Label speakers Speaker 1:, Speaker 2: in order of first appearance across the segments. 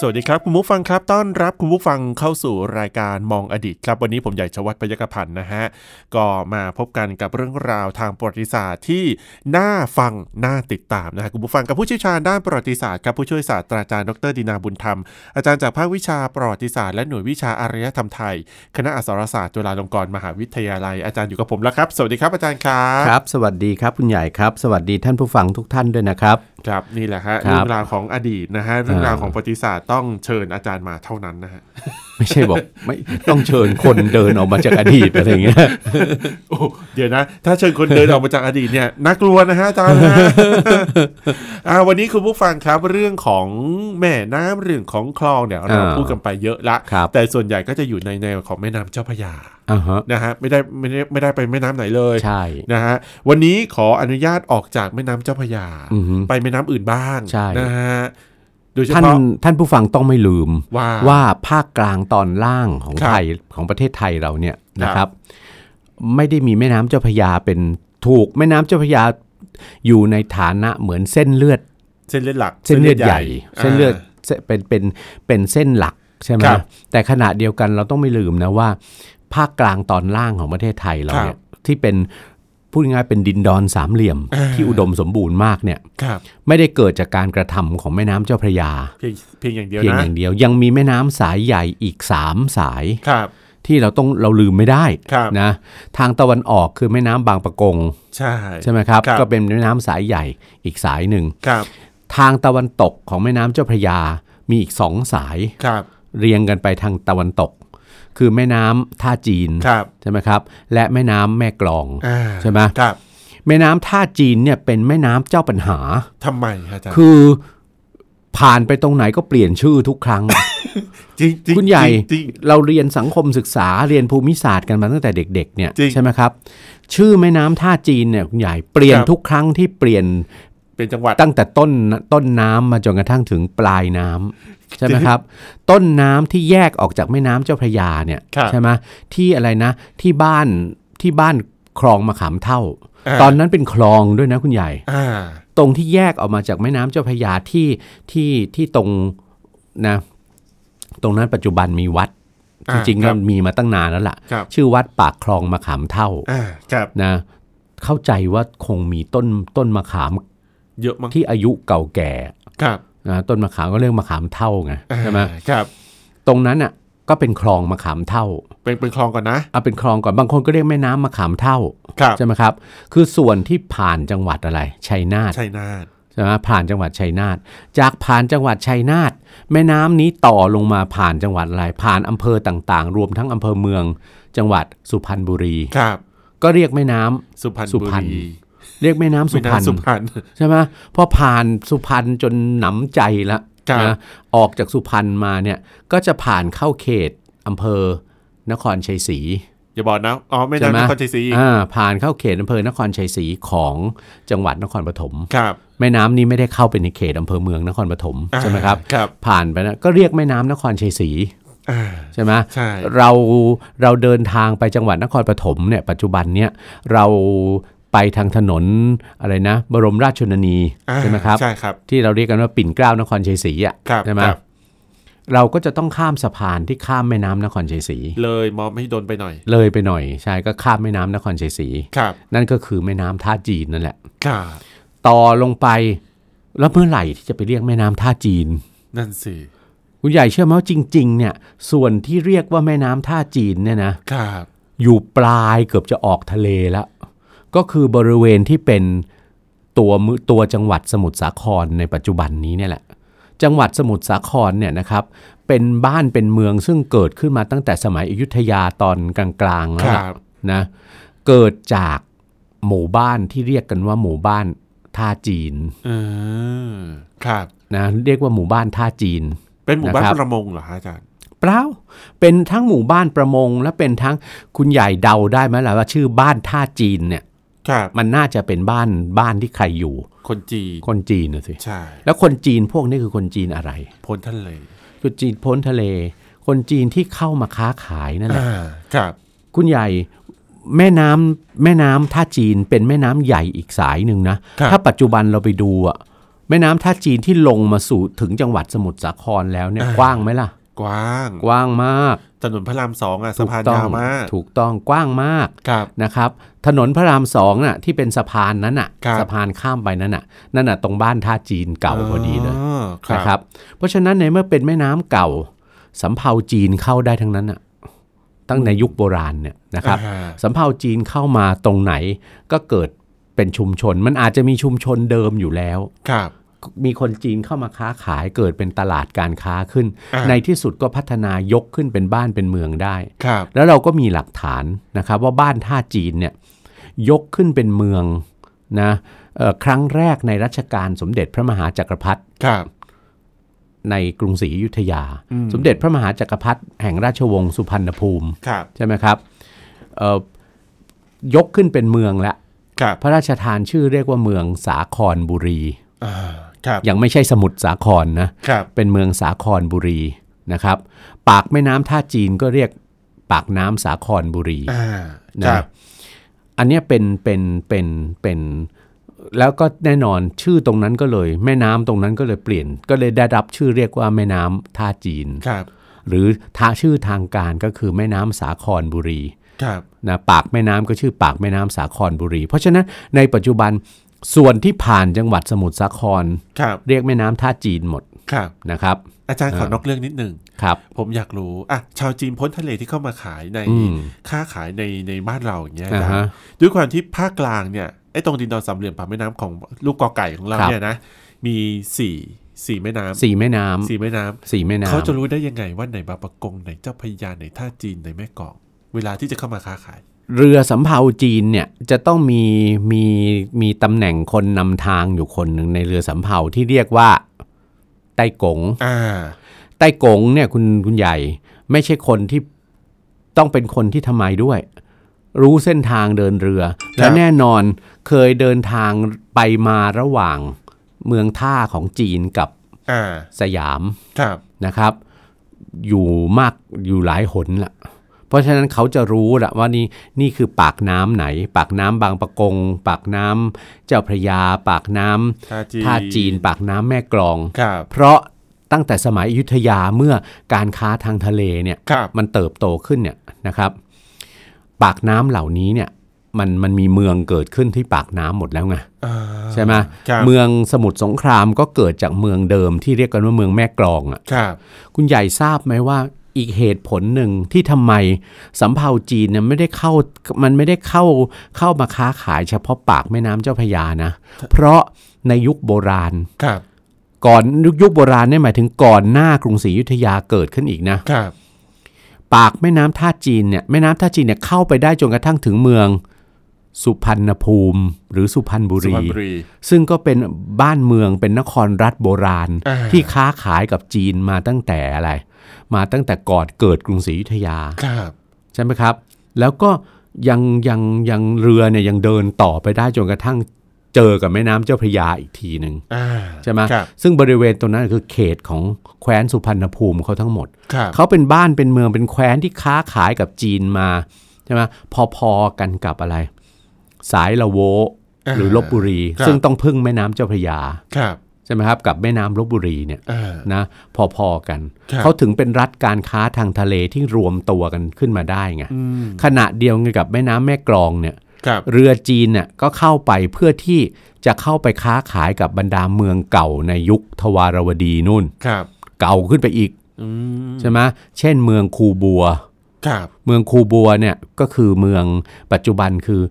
Speaker 1: สวัสดีครับ คุณผู้ฟังครับต้อนรับคุณผู้ฟังเข้าสู่รายการมองอดีตครับ วันนี้ผมใหญ่ชวัฒน์พยกพันธ์นะฮะ ก็มาพบกันกับเรื่องราวทางประวัติศาสตร์ที่น่าฟังน่าติดตามนะฮะคุณผู้ฟังกับผู้เชี่ยวชาญด้านประวัติศาสตร์ครับผู้ช่วยศาสตราจารย์ดรดินาบุญธรรม อาจารย์จากภาควิชาประวัติศาสตร์และหน่วยวิชาอารยธรรมไทย คณะอักษรศาสตร์จุฬาลงกรณ์มหาวิทยาลัยอาจารย์อยู่กับผมแล้วครับสวัสดีครับอาจารย์ครับ
Speaker 2: ครับ สวัสดีครับคุณใหญ่ครับ สวัสดีท่านผู้ฟังทุกท่านด้วยนะครับ
Speaker 1: ครับนี่แหละฮะ
Speaker 2: ครับ
Speaker 1: เรื่องราวของอดีตนะฮะเรื่องราว
Speaker 2: อ่า
Speaker 1: ของประวัติศาสตร์ต้องเชิญอาจารย์มาเท่านั้นนะฮะ
Speaker 2: ไม่ใช่บอก ไม่ต้องเชิญคนเดินออกมาจากอดีต อะไรอย่างเงี้ย
Speaker 1: โอ้เดี๋ยวนะ ถ้าเชิญคนเดิน ออกมาจากอดีตเนี่ยน่ากลัวนะฮะอาจารย์นะ อ่าวันนี้คุณผู้ฟังครับเรื่องของแม่น้ำเรื่องของคลองเนี่ยเราพูดกันไปเยอะละ
Speaker 2: ครับ
Speaker 1: แต่ส่วนใหญ่ก็จะอยู่ในแนวของแม่น้ำเจ้าพระยา
Speaker 2: อ่าฮะ
Speaker 1: นะฮะไม่ได้ไม่ได้ไม่ได้ไปแม่น้ำไหนเลย
Speaker 2: ใช่
Speaker 1: นะฮะวันนี้ขออนุญาตออกจากแม่น้ำเจ้าพระยา
Speaker 2: อือฮึ
Speaker 1: ไปแม่น้ำอื่นบ้าง
Speaker 2: ใช่
Speaker 1: นะฮะโดยเฉ
Speaker 2: ท่าน
Speaker 1: พาะ
Speaker 2: ท่านผู้ฟังต้องไม่ลืม
Speaker 1: ว่า
Speaker 2: ว่าภาคกลางตอนล่างของ
Speaker 1: ครับ
Speaker 2: ไทยของประเทศไทยเราเนี่ยนะ
Speaker 1: ค
Speaker 2: ค
Speaker 1: รั
Speaker 2: รับ บ ไม่ได้มีแม่น้ำเจ้าพระยาเป็นถูกแม่น้ำเจ้าพระยาอยู่ในฐานะเหมือนเส้นเลือด
Speaker 1: เส้นเลือดหลัก
Speaker 2: เส้นเลือดใหญ่ เส้นเลือด
Speaker 1: า
Speaker 2: เส้นเป็นเป็นเป็นเส้นหลักใช่ไหม
Speaker 1: ครับ
Speaker 2: แต่ขณะเดียวกันเราต้องไม่ลืมนะว่า ภาคกลางตอนล่างของประเทศไทยเราเนี่
Speaker 1: ครั
Speaker 2: ย
Speaker 1: บ
Speaker 2: ที่เป็นพูดง่ายๆเป็นดินดอนสามเหลี่ยม
Speaker 1: อ่า
Speaker 2: ที่อุดมสมบูรณ์มากเนี่ย
Speaker 1: ครับ
Speaker 2: ไม่ได้เกิดจากการกระทำของแม่น้ำเจ้าพระยา
Speaker 1: เพียงเพียงอย่างเดียว
Speaker 2: เพียง
Speaker 1: นะ
Speaker 2: อย่างเดียวยังมีแม่น้ำสายใหญ่อีก 3 สาย
Speaker 1: ครับ
Speaker 2: ที่เราต้องเราลืมไม่ได้
Speaker 1: ครับ
Speaker 2: นะทางตะวันออกคือแม่น้ำบางปะกง
Speaker 1: ใช่
Speaker 2: ใช่ไหมครับ
Speaker 1: ครับ
Speaker 2: ก็เป็นแม่น้ำสายใหญ่อีกสายหนึ่ง
Speaker 1: ครับ
Speaker 2: ทางตะวันตกของแม่น้ำเจ้าพระยา มีอีกสองสาย
Speaker 1: ครับ
Speaker 2: เรียงกันไปทางตะวันตก คือแม่น้ำท่าจีน
Speaker 1: ครับ
Speaker 2: ใช่ไหมครับ และแม่น้ำแม่กลอง
Speaker 1: อ่า
Speaker 2: ใช่ไหม
Speaker 1: ครับ
Speaker 2: แม่น้ำท่าจีนเนี่ยเป็นแม่น้ำเจ้าปัญหา
Speaker 1: ทำไมฮะอาจารย์
Speaker 2: คือผ่านไปตรงไหนก็เปลี่ยนชื่อทุกครั้ง
Speaker 1: จริงจริง
Speaker 2: คุณใหญ่
Speaker 1: จริง
Speaker 2: เราเรียนสังคมศึกษาเรียนภูมิศาสตร์กันมาตั้งแต่เด็กๆเนี่ย
Speaker 1: จริง
Speaker 2: ใช่ไหมครับ ชื่อแม่น้ำท่าจีนเนี่ยคุณใหญ่เปลี่ยน
Speaker 1: ครับ
Speaker 2: ทุกครั้งที่เปลี่ยน
Speaker 1: เป็นจังหวัด
Speaker 2: ตั้งแต่ต้นต้นน้ำมาจนกระทั่งถึงปลายน้ำใช่ไหมครับ ต้นน้ำที่แยกออกจากแม่น้ำเจ้าพระยาเนี่ย
Speaker 1: ครับ
Speaker 2: ใช่ไหมที่อะไรนะที่บ้านที่บ้านคลองมะขามเท่า
Speaker 1: า
Speaker 2: ตอนนั้นเป็นคลองด้วยนะคุณใหญ่
Speaker 1: อ่า
Speaker 2: ตรงที่แยกออกมาจากแม่น้ำเจ้าพระยาที่ที่ที่ตรงนะ ตรงนั้นปัจจุบันมีวัด
Speaker 1: อ่า
Speaker 2: จริงๆ
Speaker 1: ครั
Speaker 2: แล้
Speaker 1: บ
Speaker 2: วมีมาตั้งนานแล้วล่ะ
Speaker 1: ครับ
Speaker 2: ชื่อวัดปากคลองมะขามเท่า
Speaker 1: อ่าครับ
Speaker 2: นะ เข้าใจว่าคงมีต้นต้นมะขาม
Speaker 1: เยอะมั้ง
Speaker 2: ที่อายุเก่าแก่
Speaker 1: ครับ
Speaker 2: นะต้นมะขามก็เรียกมะขามเท่าไงใช่ไหม
Speaker 1: อ่าครับ
Speaker 2: ตรงนั้นอ่ะก็เป็นคลองมะขามเท่า
Speaker 1: เป็นเป็นคลองก่อนนะ
Speaker 2: เอาเป็นคลองก่อนบางคนก็เรียกแม่น้ำมะขามเท่า
Speaker 1: ครับ
Speaker 2: ใช่ไหมครับ คือส่วนที่ผ่านจังหวัดอะไรชัยนาท
Speaker 1: ชัยนาท
Speaker 2: ใช่ไหมผ่านจังหวัดชัยนาทจากผ่านจังหวัดชัยนาทแม่น้ำนี้ต่อลงมาผ่านจังหวัดอะไรผ่านอำเภอต่างๆ รวมทั้งอำเภอเมือง จังหวัดสุพรรณบุรี
Speaker 1: ครับ
Speaker 2: ก็เรียกแม่น้ำ
Speaker 1: สุพรรณ
Speaker 2: สุ
Speaker 1: บุ
Speaker 2: พรรณ
Speaker 1: รี
Speaker 2: เรียกแม่น้ำสุ
Speaker 1: แม่
Speaker 2: พรรณ
Speaker 1: น้ำสุพรรณ
Speaker 2: ใช่ไหมพอผ่านสุพรรณจนหนำใจละ
Speaker 1: ครับ
Speaker 2: นะออกจากสุพรรณมาเนี่ยก็จะผ่านเข้าเขตอำเภอนครชัยศรี
Speaker 1: อย่าบอกนะอ๋อแม่
Speaker 2: ใช่ไหม
Speaker 1: น้ำนครชัยศรีอีก
Speaker 2: อ่าผ่านเข้าเขตอำเภอนครชัยศรีของจังหวัดนครปฐม
Speaker 1: ครับ
Speaker 2: แม่น้ำนี้ไม่ได้เข้าไปในเขตอำเภอเมืองนครปฐม
Speaker 1: อ่า
Speaker 2: ใช่ไหมครับ
Speaker 1: ครับ
Speaker 2: ผ่านไปนะก็เรียกแม่น้ำนครชัยศรี
Speaker 1: อ่า
Speaker 2: ใช่ไหม
Speaker 1: ใช่
Speaker 2: เราเราเดินทางไปจังหวัดนครปฐมเนี่ยปัจจุบันเนี่ยเราไปทางถนนอะไรนะ บรมราชชนนี
Speaker 1: อ่า
Speaker 2: ใช่ไหมครับ
Speaker 1: ใช่ครับ
Speaker 2: ที่เราเรียกกันว่าปิ่นเกล้านครชัยศรีอ่ะ
Speaker 1: ครับ
Speaker 2: ใช่ไหม
Speaker 1: ครับ
Speaker 2: เราก็จะต้องข้ามสะพานที่ข้ามแม่น้ำนครชัยศรี
Speaker 1: เลยมอมให้โดนไปหน่อย
Speaker 2: เลยไปหน่อยใช่ก็ข้ามแม่น้ำนครชัยศรี
Speaker 1: ครับ
Speaker 2: นั่นก็คือแม่น้ำท่าจีนนั่นแหละ
Speaker 1: ครับ
Speaker 2: ต่อลงไปแล้วเมื่อไหร่ที่จะไปเรียกแม่น้ำท่าจีน
Speaker 1: นั่นสิ
Speaker 2: คุณใหญ่เชื่อไหมว่าจริง ๆ เนี่ยส่วนที่เรียกว่าแม่น้ำท่าจีนเนี่ยนะ
Speaker 1: ครับ
Speaker 2: อยู่ปลายเกือบจะออกทะเลแล้ว ก็คือบริเวณที่เป็นตัวมือตัวจังหวัดสมุทรสาครในปัจจุบันนี้เนี่ยแหละ จังหวัดสมุทรสาครเนี่ยนะครับ เป็นบ้านเป็นเมืองซึ่งเกิดขึ้นมาตั้งแต่สมัยอยุธยาตอนกลางๆ
Speaker 1: ค
Speaker 2: แล้
Speaker 1: ว รั
Speaker 2: ล่ะ
Speaker 1: บ
Speaker 2: นะเกิดจากหมู่บ้านที่เรียกกันว่าหมู่บ้านท่าจีน
Speaker 1: เออครับ
Speaker 2: นะเรียกว่าหมู่บ้านท่าจีน
Speaker 1: เป็นหมู่บ้าน
Speaker 2: นะครั
Speaker 1: ป
Speaker 2: บ
Speaker 1: ระมงเหรอฮะอาจารย์
Speaker 2: เปล่าเป็นทั้งหมู่บ้านประมง และเป็นทั้งคุณใหญ่เดาได้ไหมล่ะว่าชื่อบ้านท่าจีนเนี่ย
Speaker 1: ครับ
Speaker 2: มันน่าจะเป็นบ้านบ้านที่ใครอยู่
Speaker 1: คนจีน
Speaker 2: คนจีนนะสิ
Speaker 1: ใช่
Speaker 2: แล้วคนจีนพวกนี้คือคนจีนอะไร
Speaker 1: พ้นทะเล
Speaker 2: คนจีนพ้นทะเล คนจีนที่เข้ามาค้าขายนั่นแหละ
Speaker 1: อ่าครับ
Speaker 2: คุณใหญ่แม่น้ำแม่น้ำท่าจีนเป็นแม่น้ำใหญ่อีกสายหนึ่งนะ
Speaker 1: ครับ
Speaker 2: ถ้าปัจจุบันเราไปดูอะแม่น้ำท่าจีนที่ลงมาสู่ถึงจังหวัดสมุทรสาครแล้วเนี่ยกว้างไหมล่ะ
Speaker 1: กว้าง
Speaker 2: กว้างมาก
Speaker 1: ถนนพระรามสองอ่ะสะพาน
Speaker 2: ถูกต้
Speaker 1: ยา
Speaker 2: อง
Speaker 1: วมาก
Speaker 2: ถูกต้องกว้างมาก
Speaker 1: ครับ
Speaker 2: นะครับ ถนนพระรามสองน่ะที่เป็นสะพานนั้นน่ะ
Speaker 1: ครับ
Speaker 2: สะพานข้ามไปนั้นน่ะนั่นน่ะตรงบ้านท่าจีนเก่าพอดีเลย
Speaker 1: อค
Speaker 2: นะค
Speaker 1: รั
Speaker 2: รับ บ เพราะฉะนั้นในเมื่อเป็นแม่น้ำเก่าสำเภาจีนเข้าได้ทั้งนั้นน่ะตั้งในยุคโบราณเนี่ยนะครับ
Speaker 1: อ่าฮะ
Speaker 2: สำเภาจีนเข้ามาตรงไหนก็เกิดเป็นชุมชน มันอาจจะมีชุมชนเดิมอยู่แล้ว
Speaker 1: ครับ
Speaker 2: มีคนจีนเข้ามาค้าขายเกิดเป็นตลาดการค้าขึ้น
Speaker 1: อ่า
Speaker 2: ในที่สุดก็พัฒนายกขึ้นเป็นบ้านเป็นเมืองได้
Speaker 1: ครับ
Speaker 2: แล้วเราก็มีหลักฐานนะครับว่าบ้านท่าจีนเนี่ยยกขึ้นเป็นเมืองนะเอ่อครั้งแรกในรัชกาลสมเด็จพระมหาจักรพรรดิ
Speaker 1: ครับ
Speaker 2: ในกรุงศรีอยุธยา
Speaker 1: อืม
Speaker 2: สมเด็จพระมหาจักรพรรดิแห่งราชวงศ์สุพรรณภูมิ
Speaker 1: ครับ
Speaker 2: ใช่ไหมครับเอ่อยกขึ้นเป็นเมืองละ
Speaker 1: ครับ
Speaker 2: พระราชทานชื่อเรียกว่าเมืองสาครบุรี
Speaker 1: อ่าครับ
Speaker 2: ยังไม่ใช่สมุทรสาครนะ
Speaker 1: ครับ
Speaker 2: เป็นเมืองสาครบุรีนะครับ ปากแม่น้ำท่าจีนก็เรียกปากน้ำสาครบุรี
Speaker 1: อ่า
Speaker 2: นะครับ อันเนี้ยเป็นเป็นเป็นเป็นแล้วก็แน่นอนชื่อตรงนั้นก็เลย แม่น้ำตรงนั้นก็เลยเปลี่ยน ก็เลยได้รับชื่อเรียกว่าแม่น้ำท่าจีน
Speaker 1: ครับ
Speaker 2: หรือท่าชื่อทางการก็คือแม่น้ำสาครบุรี
Speaker 1: ครับ
Speaker 2: นะปากแม่น้ำก็ชื่อปากแม่น้ำสาครบุรี เพราะฉะนั้นในปัจจุบันส่วนที่ผ่านจังหวัดสมุทรสาคร
Speaker 1: ครับ
Speaker 2: เรียกแม่น้ำท่าจีนหมด
Speaker 1: ครับ
Speaker 2: นะครับ
Speaker 1: อาจารย์ขอนอกเรื่องนิดหนึ่ง
Speaker 2: ครับ
Speaker 1: ผมอยากรู้ อ่ะ ชาวจีนพ้นทะเลที่เข้ามาขายใน
Speaker 2: อืม
Speaker 1: ค้าขายในในบ้านเราอย่างเงี้ย
Speaker 2: อ่า
Speaker 1: นะ
Speaker 2: ฮะ
Speaker 1: ด้วยความที่ภาคกลางเนี่ย ไอ้ตรงดินดอนสามเหลี่ยมปากแม่น้ำของลูกกอไก่ของเรา
Speaker 2: ครับ
Speaker 1: เนี่ยนะ มีสี่สี่แม่น้ำ
Speaker 2: สี่แม่น้ำ
Speaker 1: สี่แม่น้ำ
Speaker 2: สี่แม่น้ำ
Speaker 1: เขาจะรู้ได้ยังไงว่าไหนบางประกงไหนเจ้าพระยาไหนท่าจีนไหนแม่กลอง เวลาที่จะเข้ามาค้าขาย
Speaker 2: เรือสำเภาจีนเนี่ยจะต้องมีมีมีตำแหน่งคนนำทางอยู่คนหนึ่งในเรือสำเภาที่เรียกว่าไต้กง
Speaker 1: อ่า
Speaker 2: ไต้กงเนี่ยคุณคุณใหญ่ไม่ใช่คนที่ต้องเป็นคนที่ทำไมด้วย รู้เส้นทางเดินเรือ
Speaker 1: ครับ
Speaker 2: และแน่นอนเคยเดินทางไปมาระหว่างเมืองท่าของจีนกับ
Speaker 1: อ่า
Speaker 2: สยาม
Speaker 1: ครับ
Speaker 2: นะครับ อยู่มากอยู่หลายหนละเพราะฉะนั้นเขาจะรู้ละว่านี่นี่คือปากน้ำไหน ปากน้ำบางปะกง ปากน้ำเจ้าพระยา ปากน้ำ
Speaker 1: ท่าจีน
Speaker 2: ท่าจีน ปากน้ำแม่กลอง
Speaker 1: ครับ
Speaker 2: เพราะตั้งแต่สมัยอยุธยาเมื่อการค้าทางทะเลเนี่ย
Speaker 1: ครับ
Speaker 2: มันเติบโตขึ้นเนี่ยนะครับ ปากน้ำเหล่านี้เนี่ยมันมันมีเมืองเกิดขึ้นที่ปากน้ำหมดแล้วไง
Speaker 1: อ่า
Speaker 2: ใช่ไหม
Speaker 1: ครับ
Speaker 2: เมืองสมุทรสงครามก็เกิดจากเมืองเดิมที่เรียกกันว่าเมืองแม่กลองอ่ะ
Speaker 1: ครับ
Speaker 2: คุณใหญ่ทราบไหมว่าอีกเหตุผลหนึ่งที่ทำไมสำเภาจีนเนี่ยไม่ได้เข้ามันไม่ได้เข้าเข้ามาค้าขายเฉพาะปากแม่น้ำเจ้าพระยา นะ เพราะในยุคโบราณ
Speaker 1: ครับ
Speaker 2: ก่อนยุคยุคโบราณเนี่ยหมายถึงก่อนหน้ากรุงศรีอยุธยาเกิดขึ้นอีกนะ
Speaker 1: ครับ
Speaker 2: ปากแม่น้ำท่าจีนเนี่ยแม่น้ำท่าจีนเนี่ยเข้าไปได้จนกระทั่งถึงเมือง สุพรรณภูมิ หรือสุพรรณบุ
Speaker 1: สุ
Speaker 2: รี
Speaker 1: พรรณบุรี
Speaker 2: ซึ่งก็เป็นบ้านเมืองเป็นนครรัฐโบราณ
Speaker 1: อ่า
Speaker 2: ที่ค้าขายกับจีนมาตั้งแต่อะไร มาตั้งแต่ก่อนเกิดกรุงศรีอยุธยา
Speaker 1: ครับ
Speaker 2: ใช่ไหมครับ แล้วก็ยังยังยังเรือเนี่ยยังเดินต่อไปได้จนกระทั่งเจอกับแม่น้ำเจ้าพระยาอีกทีหนึ่ง
Speaker 1: อ่า
Speaker 2: ใช่ไหม
Speaker 1: ครับ
Speaker 2: ซึ่งบริเวณตรงนั้นคือเขตของแคว้นสุพรรณภูมิเขาทั้งหมด
Speaker 1: ครับ
Speaker 2: เขาเป็นบ้านเป็นเมืองเป็นแคว้นที่ค้าขายกับจีนมาใช่ไหมพอๆกันกับอะไร สายละโว
Speaker 1: า
Speaker 2: หรือลบบุรี
Speaker 1: ครับ
Speaker 2: ซึ่งต้องพึ่งแม่น้ำเจ้าพระยา
Speaker 1: ครับ
Speaker 2: ใช่ไหมครับกับแม่น้ำลบบุรีเนี่ย
Speaker 1: อ่า
Speaker 2: นะพอๆกัน
Speaker 1: ครับ
Speaker 2: เขาถึงเป็นรัฐการค้าทางทะเลที่รวมตัวกันขึ้นมาได้ไง
Speaker 1: อืม
Speaker 2: ขณะเดียวกันกับแม่น้ำแม่กลองเนี่ย
Speaker 1: ครับ
Speaker 2: เรือจีนเนี่ยก็เข้าไปเพื่อที่จะเข้าไปค้าขายกับบรรดาเมืองเก่าในยุคทวารวดีนู่น
Speaker 1: ครับ
Speaker 2: เก่าขึ้นไปอีก
Speaker 1: อืม
Speaker 2: ใช่ไหมเช่นเมืองคูบัว
Speaker 1: ครับ
Speaker 2: เมืองคูบัวเนี่ยก็คือเมืองปัจจุบันคือ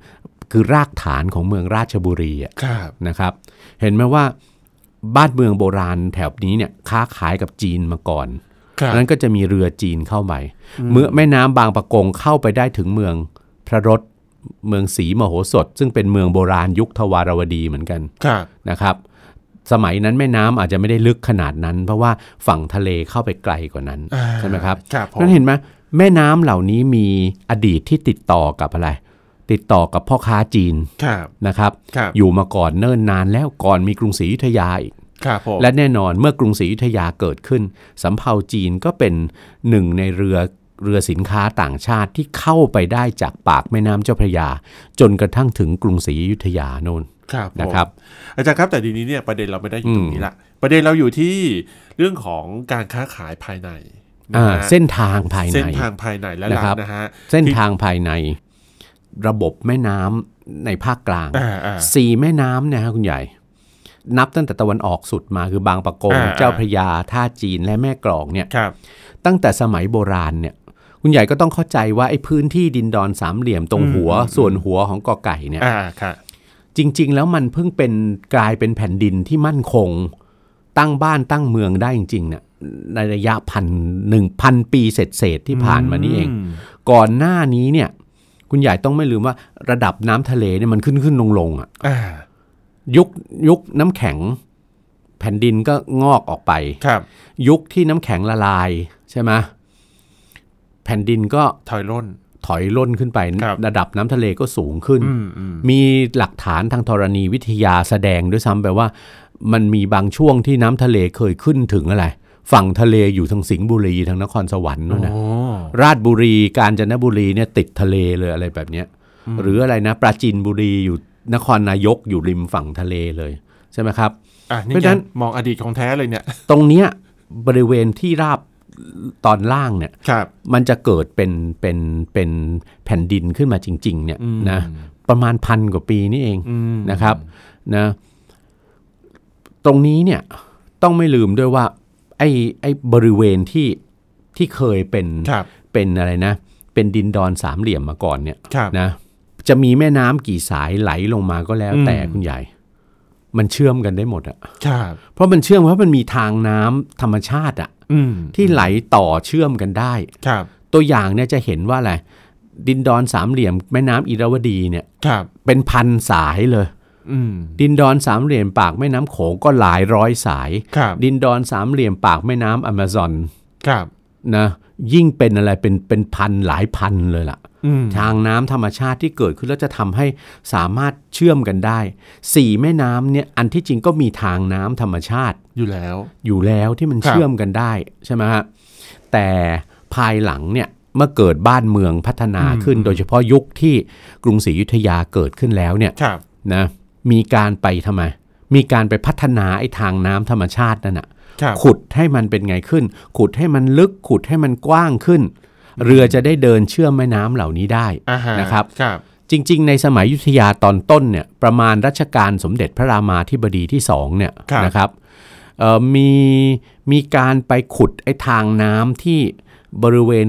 Speaker 2: คือรากฐานของเมืองราชบุรีอะ
Speaker 1: ครับ
Speaker 2: นะครับ เห็นไหมว่าบ้านเมืองโบราณแถบนี้เนี่ยค้าขายกับจีนมาก่อน
Speaker 1: ครับ
Speaker 2: นั้นก็จะมีเรือจีนเข้าไปเมื่อแม่น้ำบางปะกงเข้าไปได้ถึงเมืองพระรถเมืองศรีมโหสถ ซึ่งเป็นเมืองโบราณยุคทวารวดีเหมือนกัน
Speaker 1: ครับ
Speaker 2: นะครับ สมัยนั้นแม่น้ำอาจจะไม่ได้ลึกขนาดนั้น เพราะว่าฝั่งทะเลเข้าไปไกลกว่านั้น
Speaker 1: อ่า
Speaker 2: ใช่ไหมครับ
Speaker 1: ครับผม
Speaker 2: นั่นเห็นไหมแม่น้ำเหล่านี้มีอดีตที่ติดต่อกับอะไร ติดต่อกับพ่อค้าจีน
Speaker 1: ครับ
Speaker 2: นะครับ
Speaker 1: ครับ
Speaker 2: อยู่มาก่อนเนิ่นนานแล้วก่อนมีกรุงศรีอยุธยาอีก
Speaker 1: ครับผม
Speaker 2: และแน่นอนเมื่อกรุงศรีอยุธยาเกิดขึ้น สำเภาจีนก็เป็นหนึ่งในเรือเรือสินค้าต่างชาติที่เข้าไปได้จากปากแม่น้ำเจ้าพระยา จนกระทั่งถึงกรุงศรีอยุธยาโน่น
Speaker 1: ครับผม
Speaker 2: นะครับ
Speaker 1: อาจารย์ครับแต่ทีนี้เนี่ยประเด็นเราไม่ได้อยู่ตรง
Speaker 2: อืม
Speaker 1: นี้ละประเด็นเราอยู่ที่เรื่องของการค้าขายภายในนะ
Speaker 2: อ่า
Speaker 1: ฮะ
Speaker 2: เส้นทางภายใน
Speaker 1: เส้นทางภายในและหลั
Speaker 2: นะครั
Speaker 1: ง
Speaker 2: บ
Speaker 1: นะฮะ
Speaker 2: เส้นทางภายในระบบแม่น้ำในภาคกลาง
Speaker 1: อ่าอ่า
Speaker 2: สี่แม่น้ำเนะฮะคุณใหญ่ นับตั้งแต่ตะวันออกสุดมาคือบางปะกง
Speaker 1: อ่า
Speaker 2: เจ้าพระยาท่าจีนและแม่กลองเนี่ย
Speaker 1: ครับ
Speaker 2: ตั้งแต่สมัยโบราณเนี่ยคุณใหญ่ก็ต้องเข้าใจว่าไอ้พื้นที่ดินดอนสามเหลี่ยมตรงหัวส่วนหัวของกอไก่เนี่ย
Speaker 1: อ่าค่ะ
Speaker 2: จริง ๆ แล้วมันเพิ่งเป็นกลายเป็นแผ่นดินที่มั่นคง ตั้งบ้านตั้งเมืองได้จริงๆเนี่ยในระยะพันหนึ่งพันปีเศษๆที่ผ่านมานี่เอง
Speaker 1: ม
Speaker 2: ก่อนหน้านี้เนี่ยคุณใหญ่ต้องไม่ลืมว่าระดับน้ำทะเลเนี่ยมันขึ้นขึ้นลงลงๆอ่ะ
Speaker 1: อ่า
Speaker 2: ยุคยุคน้ำแข็งแผ่นดินก็งอกออกไป
Speaker 1: ครับ
Speaker 2: ยุคที่น้ำแข็งละลายใช่ไหมแผ่นดินก็
Speaker 1: ถอยร่น
Speaker 2: ถอยล่นขึ้นไป
Speaker 1: ครับ
Speaker 2: ระดับน้ำทะเลก็สูงขึ้น
Speaker 1: อืมอืม
Speaker 2: มีหลักฐานทางธรณีวิทยาแสดงด้วยซ้ำไปว่า มันมีบางช่วงที่น้ำทะเลเคยขึ้นถึงอะไร ฝั่งทะเลอยู่ทางสิงห์บุรีทางนครสวรรค์นู่นนะ
Speaker 1: โอ้
Speaker 2: ราชบุรีกาญจนบุรีเนี่ยติดทะเลเลยอะไรแบบเนี้ยหรืออะไรนะปราจีนบุรีอยู่นครนายกอยู่ริมฝั่งทะเลเลยใช่ไหมครับ
Speaker 1: อ่ะนี่
Speaker 2: เพราะฉะ
Speaker 1: ไง
Speaker 2: นั้น
Speaker 1: มองอดีตของแท้เลยเนี่ย
Speaker 2: ตรงเนี้ยบริเวณที่ราบตอนล่างเนี่ย
Speaker 1: ครับ
Speaker 2: มันจะเกิดเป็นเป็นเป็นแผ่นดินขึ้นมาจริง ๆ เนี่ย
Speaker 1: อืม
Speaker 2: นะประมาณพันกว่าปีนี่เอง
Speaker 1: อืม
Speaker 2: นะครับนะตรงนี้เนี่ยต้องไม่ลืมด้วยว่าไอ้ไอ้บริเวณที่ที่เคยเป็น
Speaker 1: ครับ
Speaker 2: เป็นอะไรนะ เป็นดินดอนสามเหลี่ยมมาก่อนเนี่ย
Speaker 1: ครับ
Speaker 2: นะจะมีแม่น้ำกี่สายไหลลงมาก็แล้ว
Speaker 1: อืม
Speaker 2: แต่คุณใหญ่ มันเชื่อมกันได้หมดอะ
Speaker 1: ครับ
Speaker 2: เพราะมันเชื่อมเพราะมันมีทางน้ำธรรมชาติอะ
Speaker 1: อืม
Speaker 2: ที่ไหลต่อเชื่อมกันได้
Speaker 1: ครับ
Speaker 2: ตัวอย่างเนี่ยจะเห็นว่าอะไรดินดอนสามเหลี่ยมแม่น้ำอิราวดีเนี่ย
Speaker 1: ครับ
Speaker 2: เป็นพันสายเลย
Speaker 1: อืม
Speaker 2: ดินดอนสามเหลี่ยมปากแม่น้ำโขงก็หลายร้อยสาย
Speaker 1: ครับ
Speaker 2: ดินดอนสามเหลี่ยมปากแม่น้ำอเมซอน
Speaker 1: ครับ
Speaker 2: นะยิ่งเป็นอะไรเป็นเป็นพันหลายพันเลยล่ะ
Speaker 1: อืม
Speaker 2: ทางน้ำธรรมชาติที่เกิดขึ้นแล้วจะทำให้สามารถเชื่อมกันได้สี่แม่น้ำเนี่ยอันที่จริงก็มีทางน้ำธรรมชาติ
Speaker 1: อยู่แล้ว
Speaker 2: อยู่แล้วที่มัน
Speaker 1: ครับ
Speaker 2: เชื่อมกันได้ใช่ไหมฮะแต่ภายหลังเนี่ยเมื่อเกิดบ้านเมืองพัฒนาขึ้น โดยเฉพาะยุคที่กรุงศรีอยุธยาเกิดขึ้นแล้วเนี่ย
Speaker 1: ครับ
Speaker 2: นะมีการไปทำไม มีการไปพัฒนาไอ้ทางน้ำธรรมชาตินั่นน่ะ
Speaker 1: ครับ
Speaker 2: ขุดให้มันเป็นไงขึ้น ขุดให้มันลึกขุดให้มันกว้างขึ้น เรือจะได้เดินเชื่อมแม่น้ำเหล่านี้ได้
Speaker 1: อาหา
Speaker 2: นะครับ
Speaker 1: ครับ
Speaker 2: จริง ๆ ในสมัยอยุทธยาตอนต้นเนี่ยประมาณรัชกาลสมเด็จพระรามาธิบดีที่สองเนี่ยนะครับเอ่อมีมีการไปขุดไอ้ทางน้ำที่บริเวณ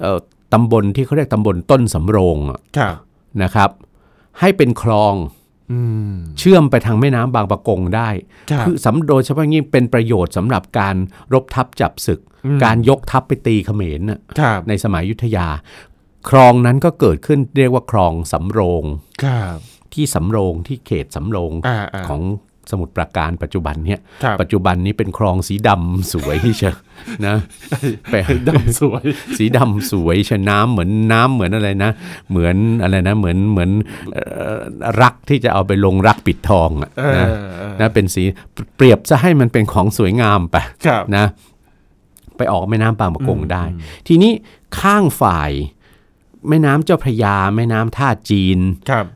Speaker 2: เอ่อตำบลที่เขาเรียกตำบลต้นสำโรงอะ
Speaker 1: ครับ
Speaker 2: นะครับ ให้เป็นคลอง
Speaker 1: อืม
Speaker 2: เชื่อมไปทางแม่น้ำบางปะกงได้
Speaker 1: ครับ
Speaker 2: คือสำโดยเฉพาะอย่างยิ่งเป็นประโยชน์สำหรับการรบทัพจับศึก
Speaker 1: อืม
Speaker 2: การยกทัพไปตีเขมรน่ะ
Speaker 1: ครับ
Speaker 2: ในสมัยอยุทธยา คลองนั้นก็เกิดขึ้นเรียกว่าคลองสำโรง
Speaker 1: ครับ
Speaker 2: ที่สำโรงที่เขตสำโรง
Speaker 1: อ่าา
Speaker 2: ของสมุทรปราการปัจจุบันเนี่ย
Speaker 1: ครับ
Speaker 2: ปัจจุบันนี้เป็นคลองสีดำสวย เชียว นะไป
Speaker 1: ดำสวย
Speaker 2: สีดำสวยเชยวน้ำเหมือนน้ำเหมือนอะไรนะ เหมือนอะไรนะ เหมือนเหมือนเอ่อรักที่จะเอาไปลงรักปิดทองอะ
Speaker 1: เออ
Speaker 2: นะ
Speaker 1: เออ
Speaker 2: นะเป็นสีเปรียบจะให้มันเป็นของสวยงามไป
Speaker 1: ครับ
Speaker 2: นะไปออกแม่น้ำบางปะกงได้
Speaker 1: อืม
Speaker 2: ทีนี้ข้างฝ่ายแม่น้ำเจ้าพระยา แม่น้ำท่าจีน
Speaker 1: ครับ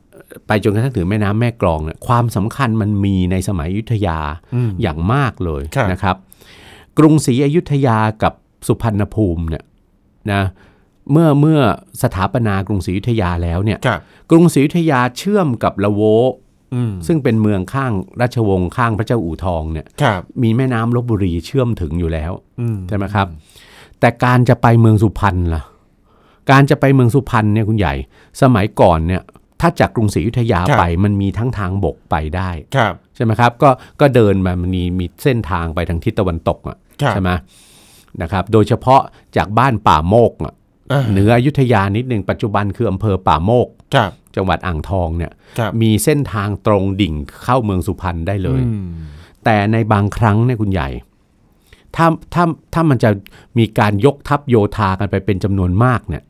Speaker 2: ไปจนกระทั่งถึงแม่น้ำแม่กลองเนี่ยความสำคัญมันมีในสมัยอยุธยา
Speaker 1: อืม
Speaker 2: อย่างมากเลย
Speaker 1: ครับ
Speaker 2: นะครับ กรุงศรีอยุธยากับสุพรรณภูมิเนี่ยนะเมื่อเมื่อสถาปนากรุงศรีอยุธยาแล้วเนี่ย
Speaker 1: ครับ
Speaker 2: กรุงศรีอยุธยาเชื่อมกับละโว
Speaker 1: อืม
Speaker 2: ซึ่งเป็นเมืองข้างราชวงศ์ข้างพระเจ้าอู่ทองเนี่ย
Speaker 1: ครับ
Speaker 2: มีแม่น้ำลบบุรีเชื่อมถึงอยู่แล้ว
Speaker 1: อืม
Speaker 2: ใช่ไหมครับ แต่การจะไปเมืองสุพรรณล่ะ การจะไปเมืองสุพรรณเนี่ยคุณใหญ่ สมัยก่อนเนี่ยถ้าจากกรุงศรีอยุธยาไปมันมีทั้งทางบกไปได้
Speaker 1: ครับ
Speaker 2: ใช่ไหมครับ ก็ก็เดินมามันมีมีเส้นทางไปทางทิศตะวันตกอะ
Speaker 1: ครับ
Speaker 2: ใช่ไหมนะครับ โดยเฉพาะจากบ้านป่าโมกอะ
Speaker 1: อ่า
Speaker 2: เหนืออยุธยานิดหนึ่งปัจจุบันคืออำเภอป่าโมก
Speaker 1: ครับ
Speaker 2: จังหวัดอ่างทองเนี่ย
Speaker 1: ครับ
Speaker 2: มีเส้นทางตรงดิ่งเข้าเมืองสุพรรณได้เลย
Speaker 1: อืม
Speaker 2: แต่ในบางครั้งเนี่ยคุณใหญ่ ถ้าถ้าถ้ามันจะมีการยกทัพโยธากันไปเป็นจำนวนมากเนี่ย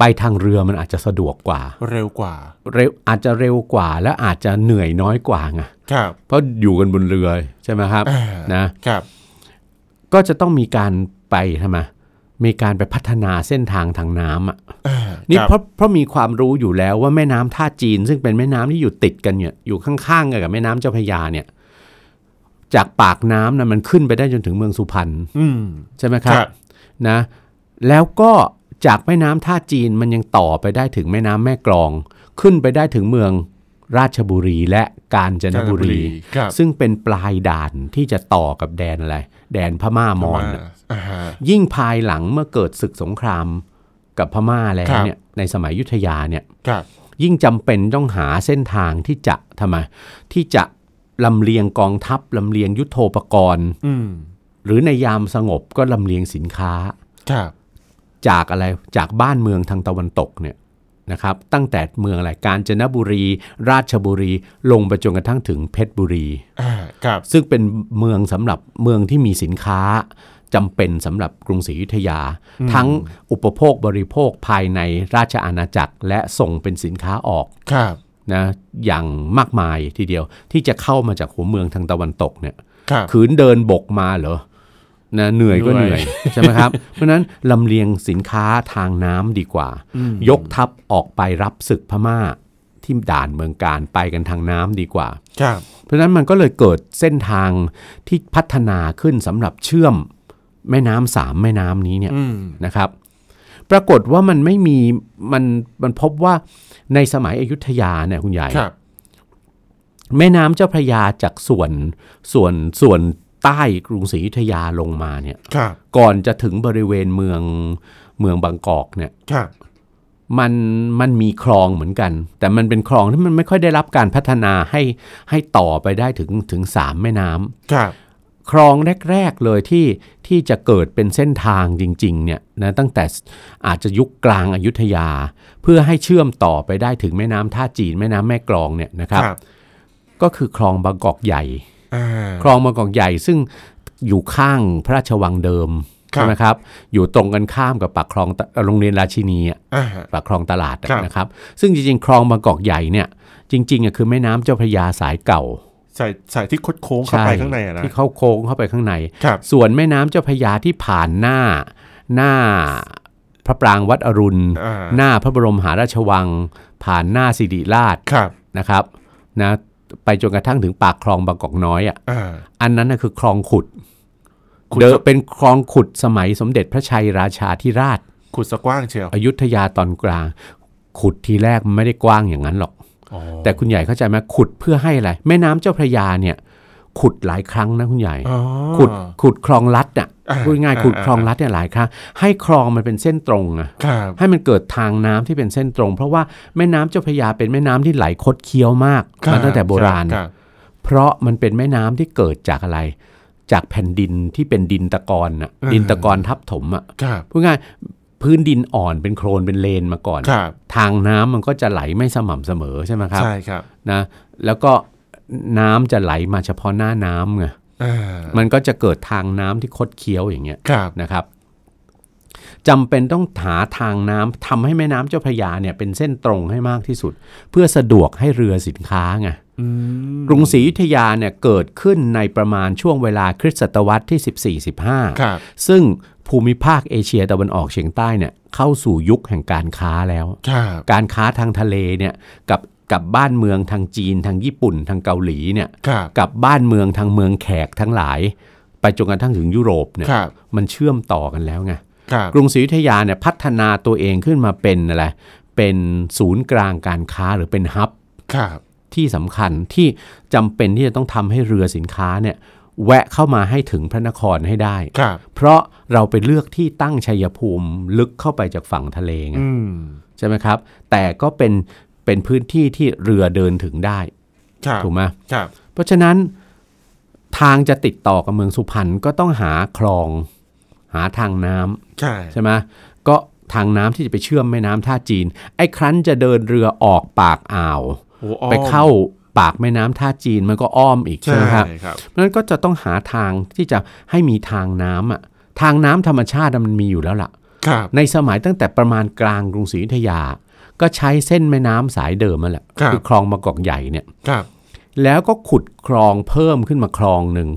Speaker 2: ไปทางเรือมันอาจจะสะดวกกว่า
Speaker 1: เร็วกว่า
Speaker 2: เร็วอาจจะเร็วกว่าและอาจจะเหนื่อยน้อยกว่าไง
Speaker 1: ครับ
Speaker 2: เพราะอยู่กันบนเรือใช่ไหมครับ
Speaker 1: อ่า
Speaker 2: นะครับ ก็จะต้องมีการไปทำไมมีการไปพัฒนาเส้นทางทางน้ำอ่ะ
Speaker 1: อ่า
Speaker 2: นี่
Speaker 1: ครับ
Speaker 2: เพราะเพราะมีความรู้อยู่แล้วว่าแม่น้ำท่าจีน ซึ่งเป็นแม่น้ำที่อยู่ติดกันเนี่ยอยู่ข้างๆกันกับแม่น้ำเจ้าพระยาเนี่ยจากปากน้ำนะมันขึ้นไปได้จนถึงเมืองสุพรรณ
Speaker 1: อืม
Speaker 2: ใช่ไหมค
Speaker 1: ครับ รับ
Speaker 2: นะแล้วก็จากแม่น้ำท่าจีนมันยังต่อไปได้ถึงแม่น้ำแม่กลอง ขึ้นไปได้ถึงเมืองราชบุรีและกาญจนบุรี
Speaker 1: ครับ
Speaker 2: ซึ่งเป็นปลายด่านที่จะต่อกับแดนอะไร แดนพม่ามอญน่ะ
Speaker 1: อ่าฮะ
Speaker 2: ยิ่งภายหลังเมื่อเกิดศึกสงครามกับพม่าแล้ว
Speaker 1: ครับ
Speaker 2: เนี่ยในสมัยอยุธยาเนี่ย
Speaker 1: ครับ
Speaker 2: ยิ่งจำเป็นต้องหาเส้นทางที่จะทำไมที่จะลำเลียงกองทัพลำเลียงยุทโธปกรณ์
Speaker 1: อืม
Speaker 2: หรือในยามสงบก็ลำเลียงสินค้า
Speaker 1: ครับ
Speaker 2: จากอะไรจากบ้านเมืองทางตะวันตกเนี่ยนะครับตั้งแต่เมืองอะไรกาญจนบุรี ราชบุรีลงไปจนกระทั่งถึงเพชรบุรี
Speaker 1: อ่าครับ
Speaker 2: ซึ่งเป็นเมืองสำหรับเมืองที่มีสินค้าจำเป็นสำหรับกรุงศรีอยุธยา ทั้งอุปโภคบริโภคภายในราชอาณาจักร และส่งเป็นสินค้าออก
Speaker 1: ครับ
Speaker 2: นะอย่างมากมายทีเดียวที่จะเข้ามาจากหัวเมืองทางตะวันตกเนี่ย
Speaker 1: ครับ
Speaker 2: ขืนเดินบกมาเหรอนะเหนื่อยก็
Speaker 1: เห
Speaker 2: เห
Speaker 1: นื่
Speaker 2: นื่
Speaker 1: อ
Speaker 2: อย ยใช่ไหมครับ เพราะฉะนั้นลำเลียงสินค้าทางน้ำดีกว่า ยกทัพออกไปรับศึกพม่าที่ด่านเมืองการไปกันทางน้ำดีกว่า
Speaker 1: ครับ
Speaker 2: เพราะฉะนั้นมันก็เลยเกิดเส้นทางที่พัฒนาขึ้นสำหรับเชื่อมแม่น้ำสามแม่น้ำนี้เนี่ย
Speaker 1: อืม
Speaker 2: นะครับ ปรากฏว่ามันไม่มีมันมันพบว่าในสมัยอยุธยาเนี่ยคุณใหญ่
Speaker 1: ครับ
Speaker 2: แม่น้ำเจ้าพระยาจากส่วนส่วนส่วนใต้กรุงศรีอยุธยาลงมาเนี่ย
Speaker 1: ครับ
Speaker 2: ก่อนจะถึงบริเวณเมืองเมืองบางกอกเนี่ย
Speaker 1: ครับ
Speaker 2: มันมันมีคลองเหมือนกัน แต่มันเป็นคลองที่มันไม่ค่อยได้รับการพัฒนาให้ให้ต่อไปได้ถึงถึงสามแม่น้ำ
Speaker 1: ครับ
Speaker 2: คลองแรก ๆเลยที่ที่จะเกิดเป็นเส้นทางจริงๆเนี่ยนะตั้งแต่อาจจะยุคกลางอายุทยา เพื่อให้เชื่อมต่อไปได้ถึงแม่น้ำท่าจีนแม่น้ำแม่กลองเนี่ยนะครับ
Speaker 1: ครับ
Speaker 2: ก็คือคลองบางกอกใหญ่
Speaker 1: อ่า
Speaker 2: คลองบางกอกใหญ่ซึ่งอยู่ข้างพระราชวังเดิม
Speaker 1: ครับ
Speaker 2: ใช่ไหมครับ อยู่ตรงกันข้ามกับปากคลองตเอ่อโรงเรียนราชินีอะ
Speaker 1: อ่า
Speaker 2: ปากคลองตลาด
Speaker 1: ค
Speaker 2: อะ
Speaker 1: รับ
Speaker 2: นะครับ ซึ่งจริงๆ คลองบางกอกใหญ่เนี่ยจริงๆอะคือแม่น้ำเจ้าพระยาสายเก่า
Speaker 1: ใส่ใส่ที่คดโค้งเข้าไปข้างในอะนะ
Speaker 2: ที่เข้าโค้งเข้าไปข้างใน
Speaker 1: ครับ
Speaker 2: ส่วนแม่น้ำเจ้าพระยาที่ผ่านหน้าหน้าพระปรางวัดอรุณ
Speaker 1: อ่า
Speaker 2: หน้าพระบรมมหาราชวัง ผ่านหน้าสิริราช
Speaker 1: ครับ
Speaker 2: นะครับนะไปจนกระทั่งถึงปากคลองบางกอกน้อยอะ
Speaker 1: อ่า
Speaker 2: อันนั้นนะคือคลองขุด
Speaker 1: ขุด
Speaker 2: เดิมเป็นคลองขุดสมัยสมเด็จพระชัยราชาธิราช
Speaker 1: ขุดสะกว้างเชียว
Speaker 2: อยุธยาตอนกลาง ขุดทีแรกมันไม่ได้กว้างอย่างนั้นหรอก
Speaker 1: อ๋อ
Speaker 2: แต่คุณใหญ่เข้าใจไหมขุดเพื่อให้อะไร แม่น้ำเจ้าพระยาเนี่ย ขุดหลายครั้งนะคุณใหญ่
Speaker 1: อ๋อ
Speaker 2: ขุดขุดคลองลัดน่ะ
Speaker 1: อ่า
Speaker 2: พูดง่าย
Speaker 1: อ่า
Speaker 2: ขุดคลองลัดเนี่ยหลายครั้งให้คลองมันเป็นเส้นตรงอะ
Speaker 1: ครับ
Speaker 2: ให้มันเกิดทางน้ำที่เป็นเส้นตรง เพราะว่าแม่น้ำเจ้าพระยาเป็นแม่น้ำที่ไหลคดเคี้ยวมาก
Speaker 1: ครั
Speaker 2: มาตั้งแต่โบราณ
Speaker 1: คบ
Speaker 2: เพราะมันเป็นแม่น้ำที่เกิดจากอะไร จากแผ่นดินที่เป็นดินตะกอนน่ะดินตะกอนทับถมอ่ะ
Speaker 1: ครับ
Speaker 2: พูดง่ายพื้นดินอ่อนเป็นโคลนเป็นเลนมาก่อน
Speaker 1: ครับ
Speaker 2: ทางน้ำมันก็จะไหลไม่สม่ำเสมอใช่ไหมครับ
Speaker 1: ใช่ครับ
Speaker 2: นะแล้วก็น้ำจะไหลมาเฉพาะหน้าน้ำไง
Speaker 1: อ่า
Speaker 2: มันก็จะเกิดทางน้ำที่คดเคี้ยวอย่างเงี้ย
Speaker 1: ครับ
Speaker 2: นะครับจำเป็นต้องหาทางน้ำทำให้แม่น้ำเจ้าพระยาเนี่ยเป็นเส้นตรงให้มากที่สุด เพื่อสะดวกให้เรือสินค้าไง
Speaker 1: อืม
Speaker 2: กรุงศรีอยุธยาเนี่ยเกิดขึ้นในประมาณช่วงเวลาคริสตศตวรรษที่ 14-15
Speaker 1: ครับ
Speaker 2: ซึ่งภูมิภาคเอเชียตะวันออกเฉียงใต้เนี่ยเข้าสู่ยุคแห่งการค้าแล้ว
Speaker 1: ครับ
Speaker 2: การค้าทางทะเลเนี่ยกับกับบ้านเมืองทางจีน ทางญี่ปุ่น ทางเกาหลีเนี่ย
Speaker 1: ครับ
Speaker 2: กับบ้านเมืองทางเมืองแขกทั้งหลาย ไปจนกระทั่งถึงยุโรปเนี่ย
Speaker 1: ครับ
Speaker 2: มันเชื่อมต่อกันแล้วไง
Speaker 1: ครับ
Speaker 2: กรุงศรีอยุธยาเนี่ยพัฒนาตัวเองขึ้นมาเป็นอะไรเป็นศูนย์กลางการค้าหรือเป็นฮับ
Speaker 1: ครับ
Speaker 2: ที่สำคัญที่จำเป็นที่จะต้องทำให้เรือสินค้าเนี่ยแวะเข้ามาให้ถึงพระนครให้ได้
Speaker 1: ครับ
Speaker 2: เพราะเราไปเลือกที่ตั้งชัยภูมิลึกเข้าไปจากฝั่งทะเลไง
Speaker 1: อืม
Speaker 2: ใช่ไหมครับ แต่ก็เป็นเป็นพื้นที่ที่เรือเดินถึงได้
Speaker 1: ครับ
Speaker 2: ถูกไหม
Speaker 1: ครับ
Speaker 2: เพราะฉะนั้นทางจะติดต่อกับเมืองสุพรรณก็ต้องหาคลอง หาทางน้ำ
Speaker 1: ใช่
Speaker 2: ใช่ไหมก็ทางน้ำที่จะไปเชื่อมแม่น้ำท่าจีน ไอ้ครั้นจะเดินเรือออกปากอ่าว
Speaker 1: โอ้อ้อม
Speaker 2: ไปเข้าปากแม่น้ำท่าจีนมันก็อ้อมอีก
Speaker 1: ใช่
Speaker 2: ใช่ไหมครับ
Speaker 1: ครับ
Speaker 2: เพราะฉะนั้นก็จะต้องหาทางที่จะให้มีทางน้ำอ่ะทางน้ำธรรมชาติอะมันมีอยู่แล้วล่ะ
Speaker 1: ครับ
Speaker 2: ในสมัยตั้งแต่ประมาณกลางกรุงศรีอยุธยา ก็ใช้เส้นแม่น้ำสายเดิมนั่นแหละ
Speaker 1: ครับ
Speaker 2: คลองมะกอกใหญ่เนี่ย
Speaker 1: ครับ
Speaker 2: แล้วก็ขุดคลองเพิ่มขึ้นมาคลองหนึ่ง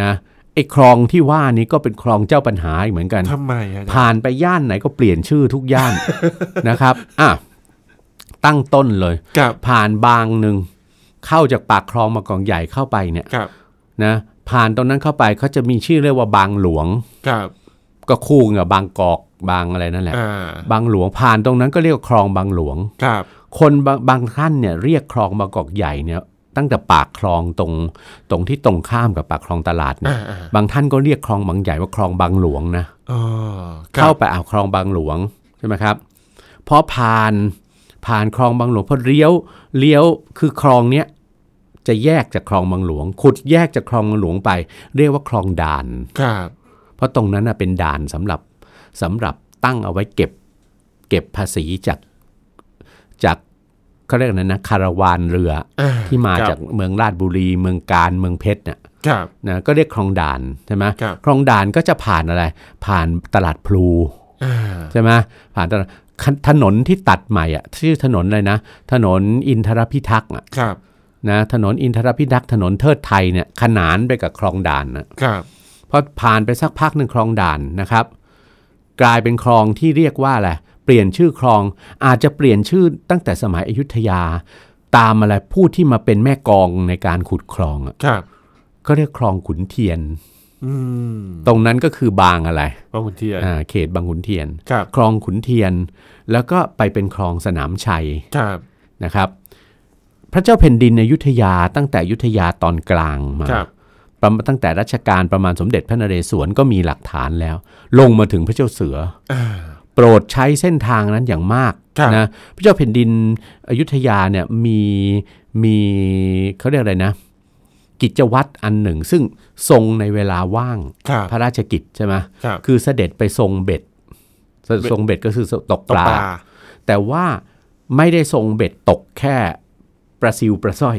Speaker 2: นะไอ้คลองที่ว่านี้ก็เป็นคลองเจ้าปัญหาอีกเหมื อนกัน
Speaker 1: ทำไมอะ
Speaker 2: ผ่านไปย่านไหนก็เปลี่ยนชื่อทุกย่าน นะครับอ่ะตั้งต้นเลย
Speaker 1: ครับ
Speaker 2: ผ่านบางหนึ่งเข้าจากปากคลองมากองใหญ่เข้าไปเนี่ย
Speaker 1: ครับ
Speaker 2: นะผ่านตรงนั้นเข้าไปเขาจะมีชื่อเรียกว่าบางหลวง
Speaker 1: ครับ
Speaker 2: ก็คู่กับบางกอกบางอะไรนั่นแหละ
Speaker 1: อ่า
Speaker 2: บางหลวงผ่านตรงนั้นก็เรียกว่าคลองบางหลวง
Speaker 1: ครับ
Speaker 2: คนบางบางท่านเนี่ยเรียกคลองบางกอกใหญ่เนี่ยตั้งแต่ปากคลองตรงตรงที่ตรงข้ามกับปากคลองตลาดเนี่ย
Speaker 1: อ่าอ่า
Speaker 2: บางท่านก็เรียกคลองบางใหญ่ว่าคลองบางหลวงนะ
Speaker 1: อ๋อครับ
Speaker 2: เข้าไปอ่าวคลองบางหลวงใช่ไหมครับพอผ่านผ่านคลองบางหลวงพอเลี้ยวเลี้ยวคือคลองเนี้ยจะแยกจากคลองบางหลวง ขุดแยกจากคลองบางหลวงไป เรียกว่าคลองด่าน
Speaker 1: ครับ
Speaker 2: เพราะตรงนั้นน่ะเป็นด่านสำหรับสำหรับตั้งเอาไว้เก็บเก็บภาษีจากจากเขาเรียกอะไรนะคาราวานเรือ
Speaker 1: อ่
Speaker 2: ที่มา
Speaker 1: ครับ
Speaker 2: จากเมืองราชบุรี เมืองการเมืองเพชรเนี่ย
Speaker 1: ครับ
Speaker 2: นะก็เรียกคลองด่านใช่ไหม
Speaker 1: ครับ
Speaker 2: คลองด่านก็จะผ่านอะไร ผ่านตลาดพลู
Speaker 1: อ่า
Speaker 2: ใช่ไหมผ่านตลาดคันถนนที่ตัดใหม่อ่ะชื่อถนนอะไรนะ ถนนอินทรพิทักษ์อะ
Speaker 1: ครับ
Speaker 2: นะถนนอินทรพิทักษ์ถนนเทิดไทยเนี่ยขนานไปกับคลองด่านนะครับ พอผ่านไปสักพักหนึ่งคลองด่านนะครับ กลายเป็นคลองที่เรียกว่าอะไรเปลี่ยนชื่อคลองอาจจะเปลี่ยนชื่อตั้งแต่สมัยอยุธยา ตามอะไรผู้ที่มาเป็นแม่กองในการขุดคลองอะ
Speaker 1: ครับ
Speaker 2: ก็เรียกคลองขุนเทียน
Speaker 1: อืม
Speaker 2: ตรงนั้นก็คือบางอะไร
Speaker 1: พระคุณเทียน
Speaker 2: อ่าเขตบางขุนเทียน
Speaker 1: ครับ
Speaker 2: คลองขุนเทียน แล้วก็ไปเป็นคลองสนามชัย
Speaker 1: ครับ
Speaker 2: นะครับ พระเจ้าแผ่นดินอยุธยาตั้งแต่อยุธยาตอนกลางมา
Speaker 1: ครับ
Speaker 2: ประมาณตั้งแต่รัชกาลประมาณสมเด็จพระนเรศวรก็มีหลักฐานแล้ว ลงมาถึงพระเจ้าเสือ
Speaker 1: อ่า
Speaker 2: โปรดใช้เส้นทางนั้นอย่างมาก
Speaker 1: ครับ
Speaker 2: นะพระเจ้าแผ่นดินอยุธยาเนี่ยมีมีเขาเรียกอะไรนะ กิจวัตรอันหนึ่ง ซึ่งทรงในเวลาว่าง
Speaker 1: ครับ
Speaker 2: พระราชกิจใช่ไหม
Speaker 1: ครับ
Speaker 2: คือเสด็จไปทรงเบ็ดเส
Speaker 1: เบ็ด
Speaker 2: ทรงเบ็ดก็คือตก
Speaker 1: ต
Speaker 2: ป
Speaker 1: ก
Speaker 2: ลา
Speaker 1: ปลา
Speaker 2: แต่ว่าไม่ได้ทรงเบ็ดตกแค่ปลาซิวปลาสร้อย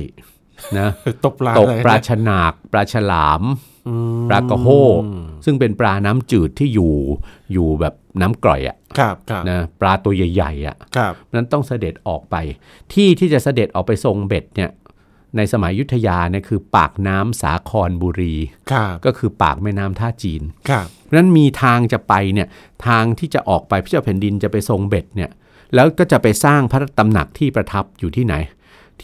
Speaker 2: นะ
Speaker 1: ตกปลา
Speaker 2: ตก
Speaker 1: อะไรนะ
Speaker 2: ปลาฉนากปลาฉลาม
Speaker 1: อืม
Speaker 2: ปลากระโฮซึ่งเป็นปลาน้ำจืดที่อยู่อยู่แบบน้ำกร่อยอะ
Speaker 1: ครับครับ
Speaker 2: นะปลาตัวใหญ่ๆอะ
Speaker 1: ครับ
Speaker 2: นั้นต้องเสด็จออกไป ที่ที่จะเสด็จออกไปทรงเบ็ดเนี่ยในสมัยอยุทธยาเนี่ยคือปากน้ำสาครบุรี
Speaker 1: ครับ
Speaker 2: ก็คือปากแม่น้ำท่าจีน
Speaker 1: ครับ
Speaker 2: เพราะฉะนั้นมีทางจะไปเนี่ยทางที่จะออกไปพระเจ้าแผ่นดินจะไปทรงเบ็ดเนี่ยแล้วก็จะไปสร้างพระตำหนักที่ประทับอยู่ที่ไหน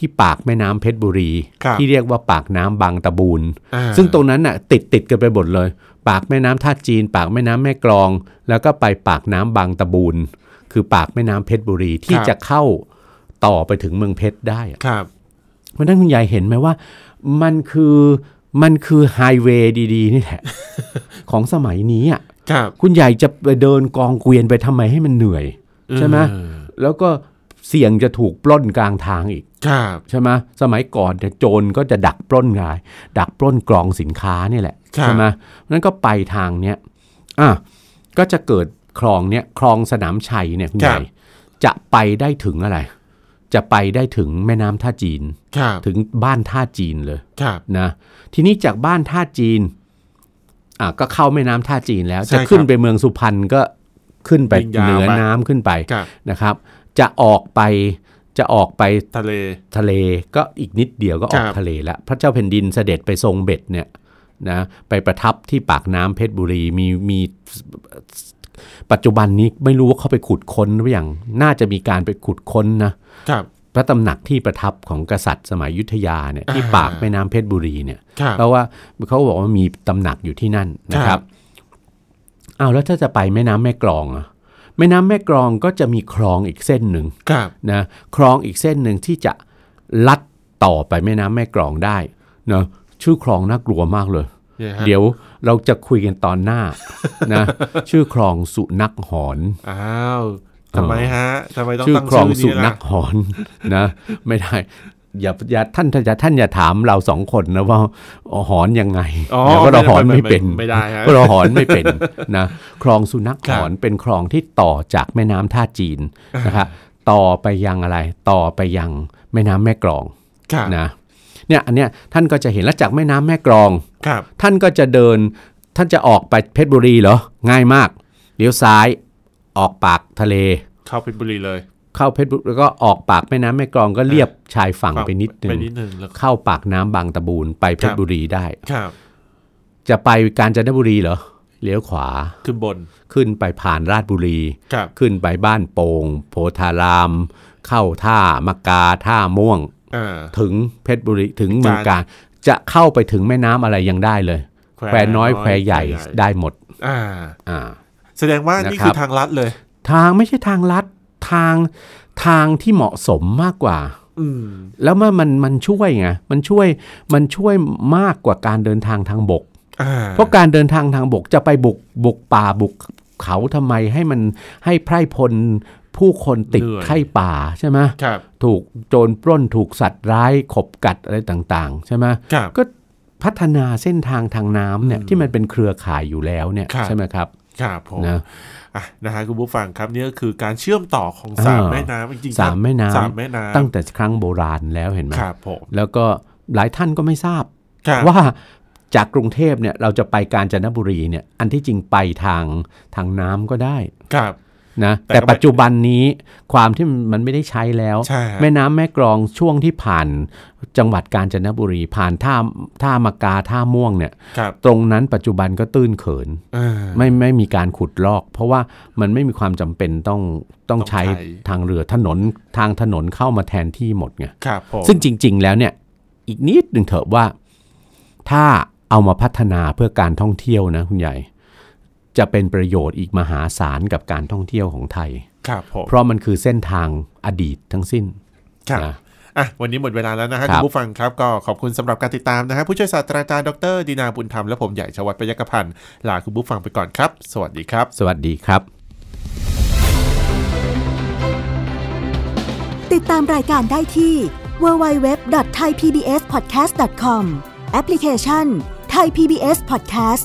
Speaker 2: ที่ปากแม่น้ำเพชรบุรี
Speaker 1: ครับ
Speaker 2: ที่เรียกว่าปากน้ำบางตะบูน
Speaker 1: อ่า
Speaker 2: ซึ่งตรงนั้นน่ะติดติดกันไปหมดเลย ปากแม่น้ำท่าจีน ปากแม่น้ำแม่กลอง แล้วก็ไปปากน้ำบางตะบูนคือปากแม่น้ำเพชรบุรีที่จะเข้าต่อไปถึงเมืองเพชรได้อะ
Speaker 1: ครับ
Speaker 2: เพราะฉะนั้นคุณยายเห็นไหมว่า มันคือมันคือไฮเวย์ดีๆ นี่แหละ ของสมัยนี้อ่ะ
Speaker 1: ครับ
Speaker 2: คุณใหญ่จะไปเดินกองเกวียนไปทำไมให้มันเหนื่อย ใช่ไหม
Speaker 1: เออ
Speaker 2: แล้วก็เสี่ยงจะถูกปล้นกลางทางอีก
Speaker 1: ครับ
Speaker 2: ใช่ไหมสมัยก่อนเนี่ยโจรก็จะดักปล้นงาย ดักปล้นกลองสินค้านี่แหละใช่ไหมนั้นก็ไปทางเนี้ยอ่ะก็จะเกิดคลองเนี้ยคลองสนามชัยเนี่ยคุณใหญ่จะไปได้ถึงอะไร จะไปได้ถึงแม่น้ำท่าจีน
Speaker 1: ครับ
Speaker 2: ถึงบ้านท่าจีนเลย
Speaker 1: ครับ
Speaker 2: นะทีนี้จากบ้านท่าจีนอ่ะก็เข้าแม่น้ำท่าจีนแล้ว
Speaker 1: ใช่
Speaker 2: จะขึ้นไปเมืองสุพรรณก็ขึ้นไป
Speaker 1: วิ่งยาว
Speaker 2: เหนือ
Speaker 1: ไป
Speaker 2: น้ำขึ้นไป
Speaker 1: ครับ
Speaker 2: นะครับ จะออกไปจะออกไป
Speaker 1: ทะเล
Speaker 2: ทะเลก็อีกนิดเดียวก็ออ
Speaker 1: ค
Speaker 2: ก
Speaker 1: รับ
Speaker 2: ทะเลแล้วพระเจ้าแผ่นดินเสด็จไปทรงเบ็ดเนี่ยนะไปประทับที่ปากน้ำเพชรบุรีมีมีปัจจุบันนี้ไม่รู้ว่าเขาไปขุดค้นหรือยังน่าจะมีการไปขุดค้นนะ
Speaker 1: ครับ
Speaker 2: พระตำหนักที่ประทับของกษัตริย์สมัยอยุทธยาเนี่ยที่
Speaker 1: อ่า
Speaker 2: ปากแม่น้ำเพชรบุรีเนี่ย
Speaker 1: ครับ
Speaker 2: เพราะว่าเขาบอกว่ามีตำหนักอยู่ที่นั่นนะค
Speaker 1: ครั
Speaker 2: รับบ อ้าวแล้วถ้าจะไปแม่น้ำแม่กลองอะแม่น้ำแม่กลองก็จะมีคลองอีกเส้นหนึ่ง
Speaker 1: ครับ
Speaker 2: นะคลองอีกเส้นหนึ่งที่จะลัดต่อไปแม่น้ำแม่กลองได้นะชื่อคลองน่ากลัวมากเลย
Speaker 1: นี่ฮะ
Speaker 2: เดี๋ยวเราจะคุยกันตอนหน้า นะชื่อคลองสุนัขหอน
Speaker 1: อ้าวทำไมฮะทำไมต้อง
Speaker 2: ชื่อ
Speaker 1: ตั้ง
Speaker 2: ครอง
Speaker 1: ชื่อ
Speaker 2: สุ
Speaker 1: นี้
Speaker 2: นั
Speaker 1: ล่ะ
Speaker 2: ขหอน นะ ไม่ได้อย่าอย่าท่านท่านอย่าท่านอย่าถามเราสองคนนะว่าหอนยังไง
Speaker 1: อ๋อ
Speaker 2: นะเพราะเราหอนไม่เป็น
Speaker 1: ไม่ได้ฮะ
Speaker 2: เพราะเราหอนไม่เป็น นะคลองสุนัขหอน
Speaker 1: ครับ
Speaker 2: เป็นคลองที่ต่อจากแม่น้ำท่าจีนนะครับต่อไปยังอะไรต่อไปยังแม่น้ำแม่กลอง
Speaker 1: ครับ
Speaker 2: นะเนี่ยอันเนี้ยท่านก็จะเห็นแล้วจากแม่น้ำแม่กลอง
Speaker 1: ครับ
Speaker 2: ท่านก็จะเดินท่านจะออกไปเพชรบุรีเหรอง่ายมาก เลี้ยวซ้ายออกปากทะเล
Speaker 1: เข้าเพชรบุรีเลย
Speaker 2: เข้าเพชรบุรีแล้วก็ออกปากแม่น้ำแม่กลองก็เลียบชายฝั่งไปนิดนึ
Speaker 1: ไป
Speaker 2: ง
Speaker 1: นิดนึงแล้ว
Speaker 2: เข้าปากน้ำบางตะบูนไปเพ
Speaker 1: ค
Speaker 2: ช
Speaker 1: รั
Speaker 2: ร
Speaker 1: บ
Speaker 2: บุรีได้
Speaker 1: ครับ
Speaker 2: จะไปกาญจนบุรีเหรอเลี้ยวขวา
Speaker 1: ขึ้นบน
Speaker 2: ขึ้นไปผ่านราชบุรี
Speaker 1: ครับ
Speaker 2: ขึ้นไปบ้านโป่งโพธาราม เข้าท่ามะกาท่าม่วง
Speaker 1: อ่า
Speaker 2: ถึงเพชรบุรีถึงเมือง
Speaker 1: กา
Speaker 2: การ รจะเข้าไปถึงแม่น้ำอะไรยังได้เลย แควน้อยแควใหญ่ได้หมด
Speaker 1: อ่า
Speaker 2: อ่า
Speaker 1: แสดงว่านี่
Speaker 2: นะครับ
Speaker 1: คือทางลัดเลย
Speaker 2: ทางไม่ใช่ทางลัดทางทางที่เหมาะสมมากกว่า
Speaker 1: อืม
Speaker 2: แล้วมันมันมันช่วยไงมันช่วยมันช่วยมากกว่าการเดินทางทางบก
Speaker 1: อ่า
Speaker 2: เพราะการเดินทางทางบกจะไปบุกบุกป่าบุกเขาทำไมให้มันให้ไพร่พลผู้คนติดไข้ป่าใช่ไหม
Speaker 1: ครับ
Speaker 2: ถูกโจรปล้นถูกสัตว์ร้ายขบกัดอะไรต่างๆ ใช่ไหม
Speaker 1: ครับ
Speaker 2: ก็พัฒนาเส้นทางทางน้ำเนี่ยที่มันเป็นเครือข่ายอยู่แล้วเนี่ย
Speaker 1: ครับ
Speaker 2: ใช่ไหมครับ
Speaker 1: ครับผม
Speaker 2: นะ
Speaker 1: อ่ะนะฮะคุณผู้ฟังครับนี่ก็คือการเชื่อมต่อของสาม
Speaker 2: อ่า
Speaker 1: แม่น้ำจริงๆ
Speaker 2: สามแม่น้
Speaker 1: สามแม่
Speaker 2: ำ
Speaker 1: น้ำ
Speaker 2: ตั้งแต่ครั้งโบราณแล้วเห็นไหม
Speaker 1: ครับผม
Speaker 2: แล้วก็หลายท่านก็ไม่ทราบ
Speaker 1: ครับ
Speaker 2: ว่าจากกรุงเทพเนี่ยเราจะไปกาญจนบุรีเนี่ยอันที่จริงไปทางทางน้ำก็ได้
Speaker 1: ครับ
Speaker 2: นะ
Speaker 1: แต่
Speaker 2: แต่
Speaker 1: ก็ไม่
Speaker 2: ปัจจุบันนี้ความที่มันไม่ได้ใช้แล้ว
Speaker 1: ใช่ฮะ
Speaker 2: แม่น้ำแม่กลองช่วงที่ผ่านจังหวัดกาญจนบุรี ผ่านท่าท่ามะกาท่าม่วงเนี่ย
Speaker 1: ครับ
Speaker 2: ตรงนั้นปัจจุบันก็ตื้นเขิน
Speaker 1: อ่า
Speaker 2: ไม่ไม่มีการขุดลอก เพราะว่ามันไม่มีความจำเป็นต้องต้องใช้
Speaker 1: ต้องใช้
Speaker 2: ทางเรือถนนทางถนนเข้ามาแทนที่หมดไง
Speaker 1: ครับผม
Speaker 2: ซึ่งจริง ๆ แล้วเนี่ยอีกนิดหนึ่งเถอะว่า ถ้าเอามาพัฒนาเพื่อการท่องเที่ยวนะคุณใหญ่ จะเป็นประโยชน์อีกมหาศาลกับการท่องเที่ยวของไทย
Speaker 1: ครับผม
Speaker 2: เพราะมันคือเส้นทางอดีตทั้งสิ้น
Speaker 1: ครับ
Speaker 2: นะ
Speaker 1: อ่ะวันนี้หมดเวลาแล้วนะฮะ
Speaker 2: ค
Speaker 1: คุ
Speaker 2: รับ
Speaker 1: ณผู้ฟังครับก็ขอบคุณสำหรับการติดตามนะฮะผู้ช่วยศาสตราจารย์ดรดินาบุญธรรมและผมใหญ่ชวัฒน์ปยกพันธ์ลาคุณผู้ฟังไปก่อนครับ สวัสดีครับ
Speaker 2: สวัสดีครับ
Speaker 3: ติดตามรายการได้ที่ www.thaipbspodcast.com แอปพลิเคชัน Thai PBS Podcast